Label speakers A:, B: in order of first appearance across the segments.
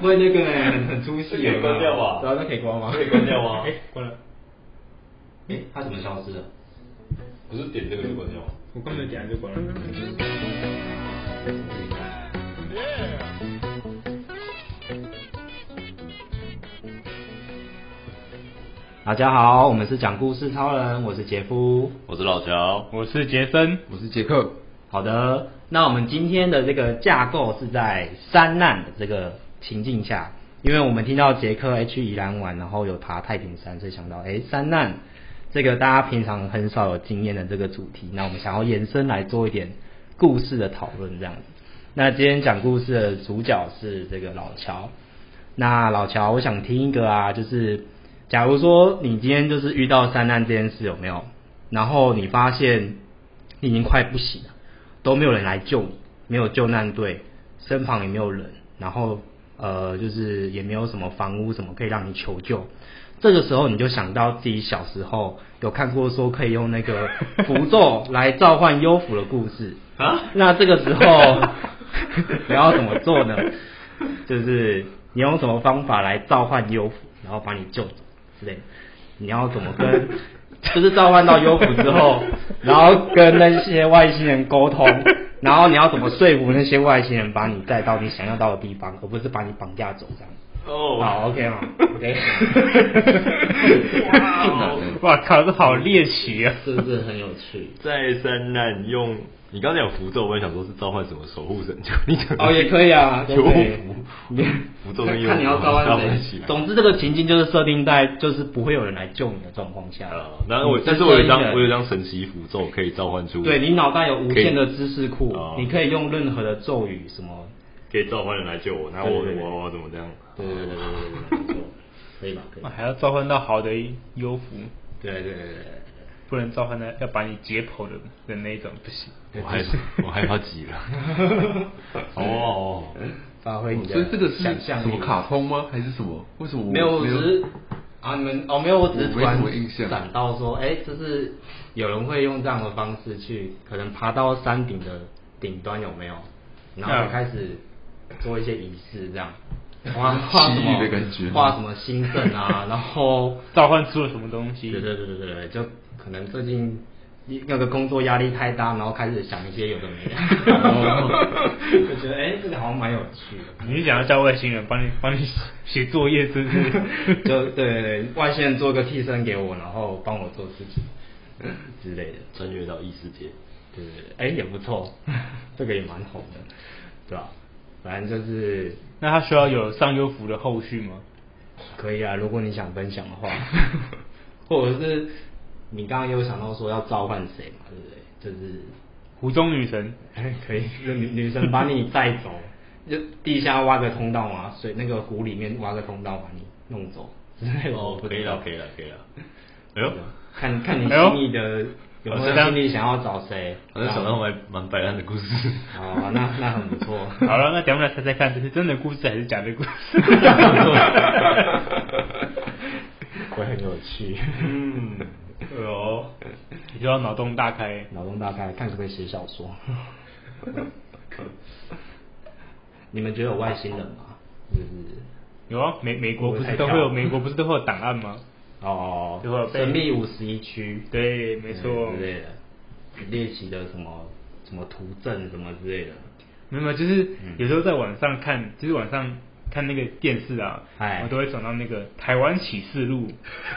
A: 会那个嘞，很出戏。
B: 这可以关掉吧
A: 对啊，那可以关吗？
B: 可以关掉吗
A: 哎，关了。哎，它怎么消失了？
B: 不是点这个就关掉吗？
A: 我根本点完就关了。大家好，我们是讲故事超人，我是杰夫。
B: 我是老乔，
C: 我是杰森，
D: 我是杰克，
A: 好的，那我们今天的这个架构是在山难的这个情境下，因为我们听到杰克诶去宜兰玩，然后有爬太平山，所以想到诶山难这个大家平常很少有经验的这个主题，那我们想要延伸来做一点故事的讨论这样子。那今天讲故事的主角是这个老乔，那老乔，我想听一个啊，就是假如说你今天就是遇到山难这件事有没有？然后你发现你已经快不行了，都没有人来救你，没有救难队，身旁也没有人，然后呃，就是也没有什么房屋什么可以让你求救。这个时候你就想到自己小时候有看过说可以用那个符咒来召唤幽符的故事
B: 啊
A: 那这个时候 你要怎么做呢？ 就是你用什么方法来召唤幽符，然后把你救走之类的。你要怎么跟？ 就是召唤到幽符之后，然后跟那些外星人沟 通，然后你要怎么说服那些外星人把你带到你想要到的地方，而不是把你绑架走这样？
B: 哦
A: 好，OK 吗？OK，
B: 哇哦
C: 哇靠，这好猎奇啊！
A: 是不是很有趣？
B: 在山难用，你刚才有符咒，我也想说是召唤什么守护神，就你讲
A: 哦，也可以 啊，
B: 幽
A: 都可以
B: 符
A: 你，
B: 符咒跟幽符
A: 看你要召啊唤
B: 在一起
A: 谁。总之，这个情境就是设定在就是不会有人来救你的状况下。
B: 啊，然后我
A: 你
B: 但是我有一张
A: 设定的
B: 我有一张神奇符咒可以召唤出，
A: 对你脑袋有无限的知识库
B: 可以哦，
A: 你可以用任何的咒语什么。
B: 可以召唤人来救我，那我
A: 对对对
B: 我我怎么这样？
A: 对对对对对对对，没错可以吧？可以
B: 哦
C: 哇。还要召唤到好的幽符，
A: 对对对对对。
C: 不能召唤到要把你解剖的的那一种，不行。
B: 我害 我 害怕极了。哦，
A: 发挥你的
D: 所以这个是
A: 想象力。
D: 什么卡通吗？还是什么？为什么我
A: 没有，我只是啊，你们哦，没有，我只是
D: 我
A: 突
D: 没什
A: 然
D: 么印象
A: 闪到说，哎、就是有人会用这样的方式去，可能爬到山顶的顶端有没有？然后
D: 啊
C: 嗯
A: 就开始做一些仪式，这样画画什
D: 奇
A: 么
D: 异的感觉
A: 画什么星阵 啊，然后
C: 召唤出了什么东西？
A: 对对对对对，就可能最近那个工作压力太大，然后开始想一些有的没 的，就觉得哎、这个好像蛮有趣的。
C: 你是想要叫外星人帮你帮你写作业，是不是？
A: 就对对对，外星人做个替身给我，然后帮我做事情之类的。
B: 穿越到异世界，
A: 对对对，哎、也不 错，这个也蛮红的，对吧、反正就是
C: 那他需要有上幽符的后续吗？
A: 可以啊，如果你想分享的 话，或者是你刚刚也有想到说要召唤谁嘛，对不对？就是
C: 湖中女神，
A: 哎，可以，就女女生把你带 走，就地下挖个通道嘛，水那个湖里面挖个通道把你弄走之类的。
B: 哦，可以了，可以
A: 了。
B: 了，可以了。哎呦，
A: 看看你
C: 哎呦
A: 心里的有没
B: 好
A: 有
B: 像
A: 心里想要找谁？
B: 好像想到蛮蛮摆烂的故事。
A: 好啊，那那很不错。
C: 好了，那等我们来猜猜看，这是真的故事还是假的故事？
A: 会很有趣。
B: 嗯，
C: 哎呦，你就要脑洞大开。
A: 脑洞大开，看可不可以写小 说。你们觉得有外星人吗？就是
C: 有啊，美美国不是都会有美国不是都会有档案吗？
A: 哦
C: 就会有，被
A: 神秘五十一区，
C: 对，没错
A: 嗯。之类的，猎奇的什么什么图证什么之 类的，
C: 没有，没有就是
A: 嗯
C: 有时候在晚上看，就是晚上看那个电视啊
A: 哎，
C: 我都会转到那个《台湾启示录》。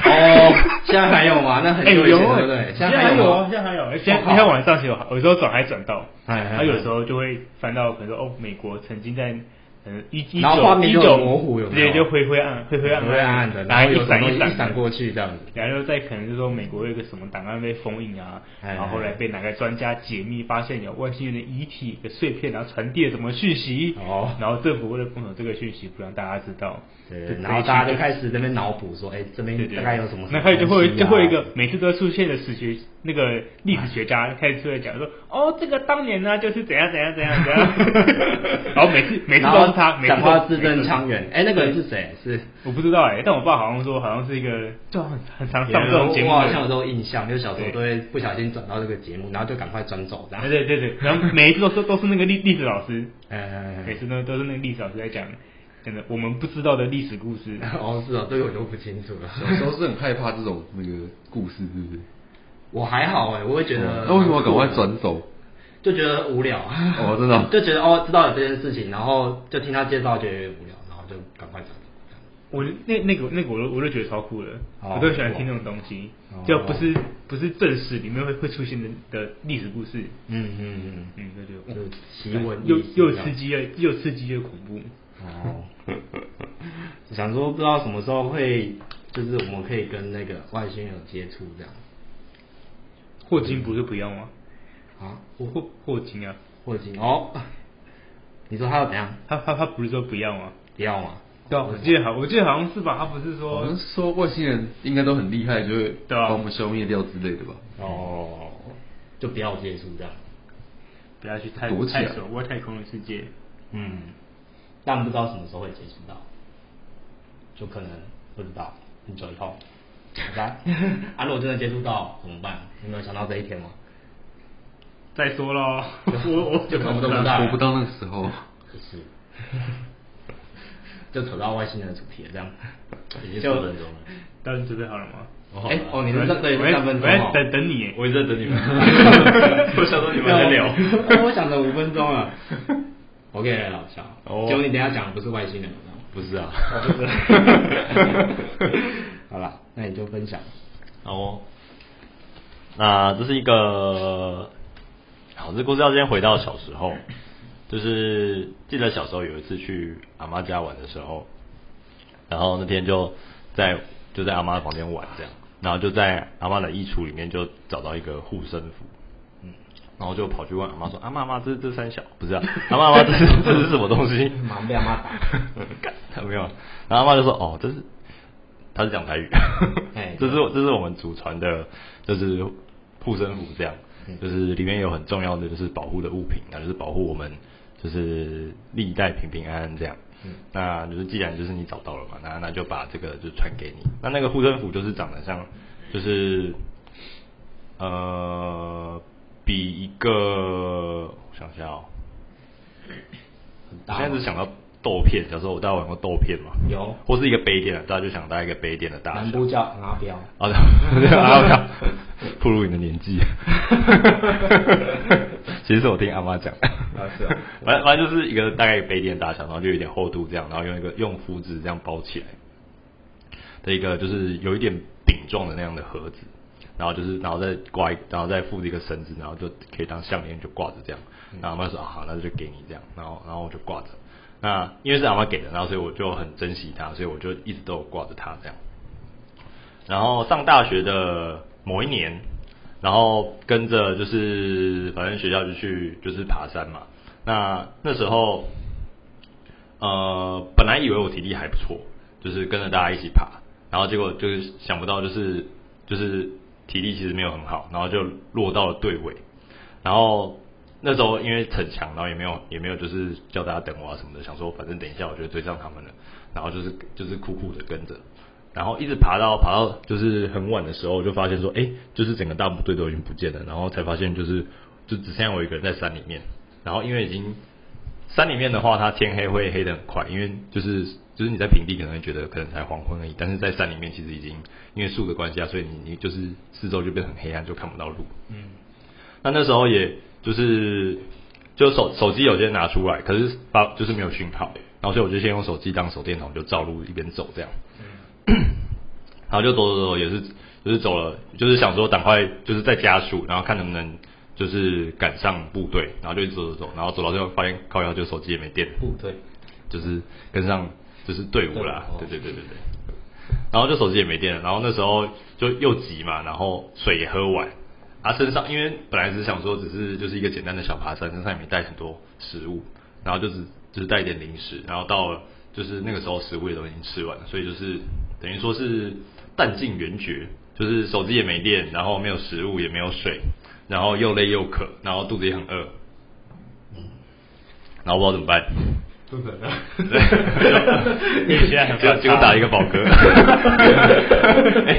A: 哦，现在还有吗？那很
C: 哎，
A: 久以
C: 有
A: 前对
C: 哎
A: 不对？
C: 现
A: 在
C: 在
A: 还
C: 还有啊
A: 吗，
C: 现在还有，哎
A: 我
C: 现在
A: 靠
C: 现在晚上有，有时候转还转到，
A: 哎哎
C: 然后有时候就会翻到，可能说哦，美国曾经在。嗯，一一
A: 然后画
C: 九
A: 面
C: 一
A: 就很
C: 九
A: 模糊有没有
C: 对，就灰灰暗，灰灰暗，
A: 灰暗暗的
C: 然后
A: 啊然后有
C: 啊一闪
A: 什么
C: 一闪
A: 一闪过去这样子
C: 然后再可能就说美国有一个什么档案被封印啊，
A: 哎哎
C: 然后后来被哪个专家解密，发现有外星人的遗体的碎片，然后传递了什么讯息，
A: 哦
C: 然后政府为了封锁这个讯息，不让大家知道，
A: 对
C: 就，
A: 然后大家
C: 这
A: 就
C: 一区
A: 开始这边脑补说，哎，这边
C: 对对，
A: 大概有什么？
C: 那开始就会就会有一
A: 什
C: 个
A: 么东西啊
C: 每次都会出现的史学那个历史学
A: 哎
C: 家开始出来讲说，哦，这个当年呢就是怎样怎样怎 样怎样，然后每次每次
A: 然后
C: 都是他，每次
A: 讲
C: 都
A: 话字正
C: 每次
A: 腔圆。哎，那个人是谁？是
C: 我不知道哎、但我爸好像说好像是一个就很很常上这种节目
A: 我
C: 的
A: 好
C: 人
A: 像有这种印象，就是小时候
C: 对
A: 都会不小心转到这个节目，然后就赶快转走这样。
C: 对啊对对对，然后每一次都是都是那个历历史老师，
A: 哎哎哎哎
C: 每次呢都是那个历史老师在讲真的我们不知道的历史故 事。
A: 哦，是哦，这个我就不清楚了。
D: 小时候是很害怕这种那个故事，是不是？
A: 我还好哎，我会觉
C: 哦
A: 得
D: 那为什么要赶快转走？
A: 就觉得无聊。啊
D: 哦真的哦
A: 就觉得哦，知道有这件事情，然后就听他介绍，觉得有点无聊，然后就赶快走。
C: 我那那个那个我都我都觉得超酷的，
A: 哦
C: 我都喜欢听这种东西
A: 哦，
C: 就不是不是正史里面会会出现的的历史故事，
A: 嗯嗯嗯，
C: 嗯，就觉得
A: 就
C: 哦
A: 奇闻异
C: 又
A: 事
C: 又
A: 这样
C: 刺激又又刺激又恐怖，
A: 哦，想说不知道什么时候会，就是我们可以跟那个外星人有接触这样
C: 霍金不是不要吗？
A: 啊，
C: 霍霍霍金啊，
A: 霍金哦，你说他要怎样？
C: 他他他不是说不要吗？
A: 不要吗？
C: 对啊，我记得好，我记得好像是吧，他不是
A: 啊
D: 好
C: 说
D: 像说外星人应该都很厉害，就会
C: 对啊
D: 把我们消灭掉之类的吧？
A: 哦，就不要接触这样。
C: 不要去探
D: 躲起来
C: 探索外太空的世界，
A: 嗯，但不知道什么时候会接触到，就可能不知道很久以后。好 吧，啊，如果真的接触到怎么办？你没有想到这一天吗？
C: 再说咯，我 我
A: 就看不
C: 知
A: 懂
C: 道
A: 了
D: 活不到那个时候，
A: 不 是，就扯到外星人的主题了，这样
B: 已经四
A: 就
B: 分钟了。
C: 大家准备好了吗？
B: 哦
A: 哎、哦，你是
C: 我
A: 在对
C: 我在
A: 三分钟、
C: 我
A: 哦
C: 在，等等你耶，
B: 我一直在等你们，我想说你们在聊。
A: 哎我想了五分钟啊 了。我跟你老乔，
B: 哦
A: 结果你等一下讲的不是外星人，你知道吗
B: 不是啊，
A: 哦 好啦，那你就分享。
B: 好哦，那这是一个，好，这故事要先回到小时候，就是记得小时候有一次去阿妈家玩的时候，然后那天就在就在阿妈房间玩这样，然后就在阿妈的衣橱里面就找到一个护身符，嗯，然后就跑去问阿妈说：“阿妈阿妈，这这三小不是啊？阿妈阿妈，这是这是什么东西？”
A: 马上被阿妈打。
B: 干他没有，然后阿妈就说：“哦，这是他是讲台语
A: 哎，
B: 这是我这是我们祖传的，就是护身符这样
A: 嗯，
B: 就是里面有很重要的就是保护的物品，那啊就是保护我们就是历代平平安安这样
A: 嗯。
B: 那就是既然就是你找到了嘛，那那就把这个就传给你。那那个护身符就是长得像，就是呃，比一个我想想哦，
A: 很大
B: 我
A: 吗
B: 现在只想到豆片，小时候我大家玩过豆片嘛，
A: 有
B: 或是一个杯垫，啊大家就想到一个杯垫的大
A: 南
B: 小
A: 部。叫阿彪，
B: 好的， 阿妈， 暴露你的年纪。 其实是我听阿妈讲的。
D: 啊是啊
B: 反正反正就是一个大概一个杯垫大小，然后就有点厚度这样，然后用一个用符纸这样包起来的一个就是有一点饼状的那样的盒子，然后就是然后再挂一，然后再附一个绳子，然后就可以当项链就挂着这样。
D: 嗯
B: 然后阿妈说、啊、好，那就给你这样，然后然后我就挂着。那因为是阿妈给的，然后所以我就很珍惜它，所以我就一直都有挂着它这样。然后上大学的某一年，然后跟着就是反正学校就去就是爬山嘛。那那时候，呃，本来以为我体力还不错，就是跟着大家一起爬，然后结果就是想不到就是就是体力其实没有很好，然后就落到了队尾。然后那时候因为逞强，然后也没有也没有就是叫大家等我啊什么的，想说反正等一下我就追上他们了，然后就是就是酷酷的跟着，然后一直爬到爬到就是很晚的时候，就发现说，哎，就是整个大部队都已经不见了，然后才发现就是就只剩下我一个人在山里面，然后因为已经山里面的话，它天黑会黑得很快，因为就是就是你在平地可能会觉得可能才黄昏而已，但是在山里面其实已经因为树的关系啊，所以你你就是四周就变得很黑暗，啊就看不到路。
A: 嗯，
B: 那那时候也就是就手手机有些拿出来，可是把就是没有讯号，然后所以我就先用手机当手电筒，就照路一边走这样。然后就走走走，也是就是走了，就是想说赶快就是再加速，然后看能不能就是赶上部队，然后就一直走走走，然后走到最后发现靠腰就手机也没电了。
A: 部队
B: 就是跟上就是队
A: 队
B: 伍啦
A: 伍哦，
B: 对对对对对。然后就手机也没电了，然后那时候就又急嘛，然后水也喝完，啊身上因为本来只想说只是就是一个简单的小爬山，身上也没带很多食物，然后就只就是带一点零食，然后到了就是那个时候食物也都已经吃完了，所以就是等于说是弹尽援绝，就是手机也没电，然后没有食物也没有水，然后又累又渴，然后肚子也很饿，然后不知道怎么办，
C: 不可能，
B: 对，
C: 你现在很
B: 结果
C: 反
B: 结果
C: 差
B: 打了一个饱 嗝。哎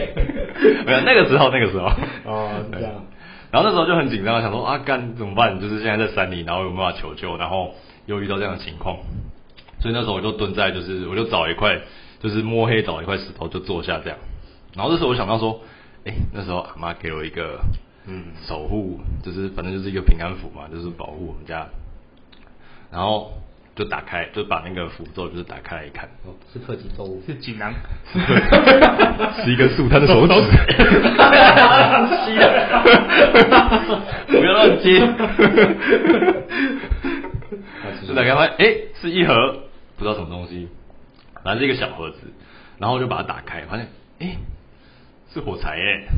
B: 没有，那个时候那个时候。
A: 哦是这样
B: 对然后那时候就很紧张，想说啊，干怎么办？就是现在在山里，然后有没有办法求救？然后又遇到这样的情况，所以那时候我就蹲在，就是我就找一块，就是摸黑找一块石头就坐下这样。然后这时候我想到说，哎、那时候阿妈给我一个，嗯，守护，就是反正就是一个平安符嘛，就是保护我们家。然后就打开，就把那个符咒就是打开来一看，
A: 哦，是特级咒物，
C: 是锦囊，
B: 对，是一根素摊的手指。 吸了，不要乱接。就打开发现，哎、是一盒不知道什么东西，反正是一个小盒子，然后我就把它打开，发现，哎、是火柴 耶、啊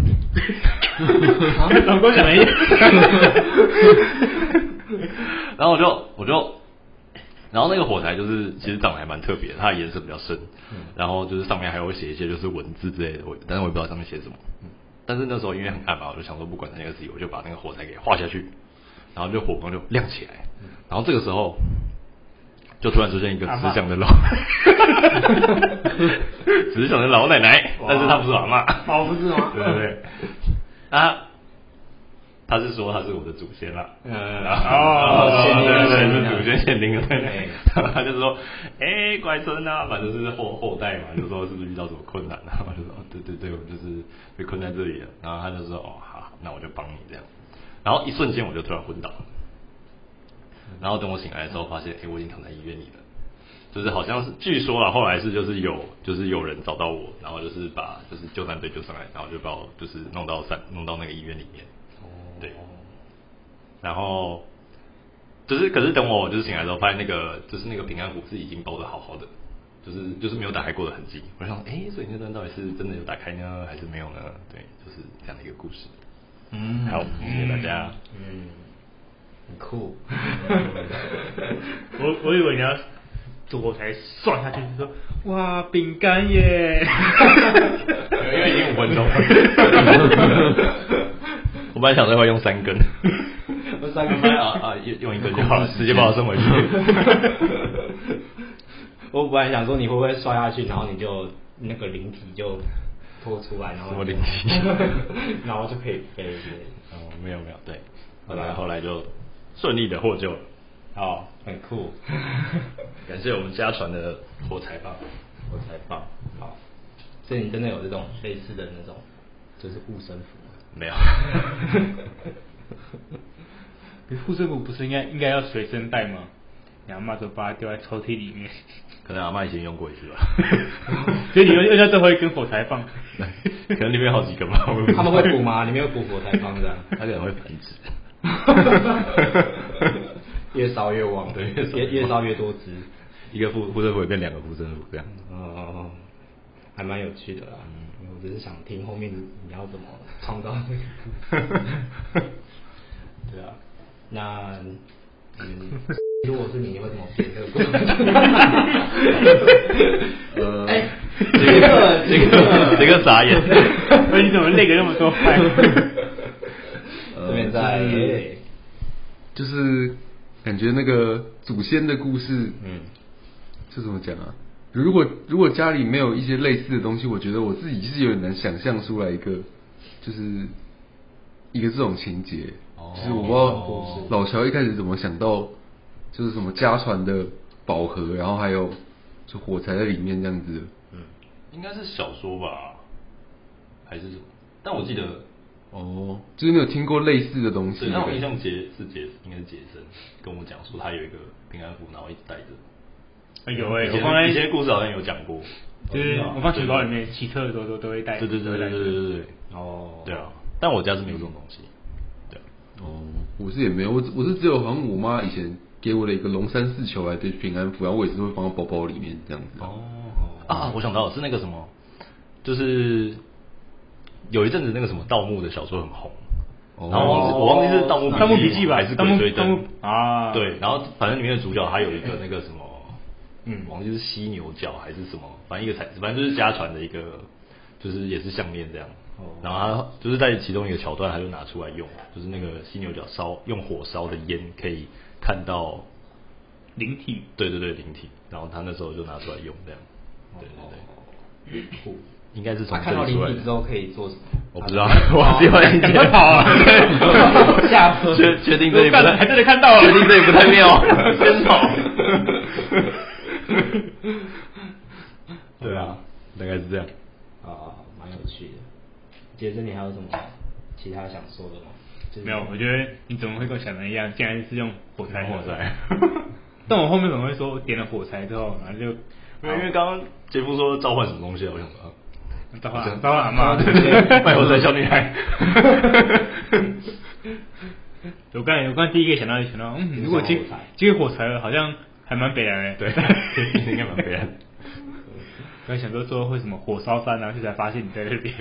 A: 总共什么意
B: 然后我就我就，然后那个火柴就是其实长得还蛮特别的，它的颜色比较深，然后就是上面还会写一些就是文字之类的，我但是我也不知道上面写什么。但是那时候因为很暗嘛，我就想说不管那个事情，我就把那个火柴给画下去，然后就火光就亮起来，然后这个时候就突然出现一个慈祥的老， 慈祥的老奶奶，但是她不是我阿妈，
C: 哦，不是吗？
B: 对对对，啊，他是说他是我的祖先啦，嗯，然后
C: 哦
B: 对对
A: 限
B: 对，
A: 定
B: 是
A: 啊
B: 祖先限定的，对
A: 哎
B: 对， 他就说，哎，乖孙啊，反正就是后后代嘛，就说是不是遇到什么困难啊，我就说，哦对对对，我就是被困在这里了，然后他就说，哦，好，那我就帮你这样，然后一瞬间我就突然昏倒了。然后等我醒来的时候，发现哎、诶我已经躺在医院里了。就是好像是据说啦，后来是就是有就是有人找到我，然后就是把就是救难队救上来，然后就把我就是弄到三弄到那个医院里面。对。然后就是可是等我就是醒来之后，发现那个就是那个平安符是已经包的好好的，就是就是没有打开过的痕迹。我想哎、诶所以那段到底是真的有打开呢，还是没有呢？对，就是这样的一个故事。
A: 嗯
B: 好，谢谢大家。
A: 嗯，很酷。
C: 我我以为你要我才算下去，就说哇饼干 耶，
B: 因为已经五分钟了。 我本来想说要用三根，我三根啊啊，用用一根就好了，直接把我送回去。
A: 我本来想说你会不会摔下去，然后你就那个灵体就拖出来，然后
B: 什么灵体
A: 然后就可以飞了。
B: 哦，没有没有，对，
A: 好
B: 后来
A: 啦
B: 后来就顺利的获救了。
A: 好，很 酷，
B: 感谢我们家传的火柴棒，
A: 我才棒。好，所以你真的有这种类似的那种，就是护身符吗。
B: 没有，
C: 可是护身符不是应该应该要随身带吗？然后妈说把它丢在抽屉里 面，
B: 可能阿妈以前用过一次吧，
C: 所以你们用到最后一根火柴棒，
B: 可能里面有好几根吧。我也不知道
A: 他们会补吗？你们有补火柴棒的？
B: 他可能会繁殖。
A: 越烧越旺，
B: 对越烧越
A: 越
B: 旺
A: 越烧越多只。
B: 一个护护身符也变两个护身符这样。
A: 哦，还蛮有趣的啦。嗯我只是想听后面你你要怎么创造这个故 事。对啊，那嗯，如果是你，你会怎么编这个故事？
D: 呃，
A: 哎，杰克，杰克，
B: 这个傻眼。
C: 那你怎么那个那么多 块？
A: 这边在
D: 呃就是就是感觉那个祖先的故事，
A: 嗯，
D: 这怎么讲啊？如果如果家里没有一些类似的东西，我觉得我自己是有点难想象出来一个，就是一个这种情节。就是我不知
A: 哦
D: 道老乔一开始怎么想到，就是什么家传的宝盒，然后还有就火柴在里面这样子。
B: 应该是小说吧，还是什么？但我记得，
D: 哦，就是你有听过类似的东西
B: 对，
D: 吗？
B: 但我印象杰嗯是杰，应该是杰森跟我讲说他有一个平安符，然后一直带着。
C: 哎有哎，
B: 以
C: 我
B: 前
C: 放在
B: 以前的故事好像有讲过。
C: 就是我放钱包里面，骑车的时候都都会带。
B: 对对对对对对对对。
A: 哦，
B: 对啊，但我家是没有这种东西。对，
D: 哦，我是也没有，我只我是只有好像我妈以前给我的一个龙山寺球来的平安符，然后我也是会放到包包里面这样子。哦，
B: 啊，我想到了是那个什么，就是有一阵子那个什么盗墓的小说很红，
D: 哦
B: 然后忘记我忘记是《盗墓
C: 盗墓笔记吧
B: 还是《
C: 盗墓
B: 鬼吹
C: 盗
B: 灯
C: 墓》啊
B: 对，然后反正里面的主角还有一 个那个什么，嗯，忘记是犀牛角还是什么，反正一个彩，反正就是家传的一个，就是也是项链这样。
A: 哦
B: 然后他就是在其中一个桥段，他就拿出来用，就是那个犀牛角烧用火烧的烟可以看到，
C: 灵体
B: 对对对，灵体。然后他那时候就拿出来用这样，对对对，
A: 酷。
B: 应该是从
A: 哦他啊看
B: 这
A: 到
B: 里
A: 灵
B: 出来
A: 体之
B: 的。
A: 后哦可以 做什么？
B: 我不知道，我喜欢 你
C: 快跑啊
A: 吓 死我
B: 确确定这里不
C: 我干
B: 太，
C: 还真的看到了
B: 确定这里不太妙，先跑。 对啊，大概是这样。
A: 啊，蛮有趣的。杰森，你还有什么其他想说的吗？就是
C: 没有，我觉得你怎么会跟我想的一样？竟然是用火柴盒
B: 火柴。
C: 但我后面怎么会说我点了火柴之后，然后就
B: 因为刚刚杰夫说召唤什么东西啊，我想说啊
C: 召
B: 好像
C: 唤召唤阿妈， 对不对？
B: 卖火柴小女孩。
C: 我刚才我刚才第一个想到就想到，嗯，如果接
A: 火柴
C: 接火柴好像还蛮北来的，
B: 对，应该蛮悲哀的。
C: 刚才想说说会什么火烧山啊，就才发现你在这边。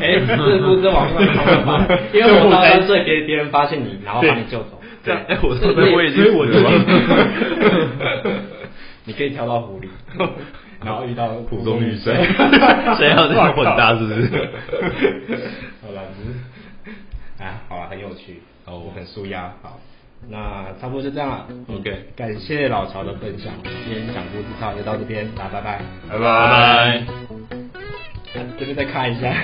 A: 哎，不是不是往上跑 吧？因为我当然最别别人发现你，然后把你救走。
B: 对，哎，我
A: 这
B: 说
A: 这也
B: 我已经
A: 所以我
B: 死了
A: 就 你可以跳到湖里，然后遇到
B: 普通女生， 谁要这样混搭是不是？
A: 好了，不是，哎，好了，很有趣，
B: 哦
A: 我很舒压，好，那差不多就这样了
B: OK
A: 感谢老曹的分享，今天讲故事差不多就到这边，大家拜拜，
B: 拜拜。
A: 啊这边再看一 下。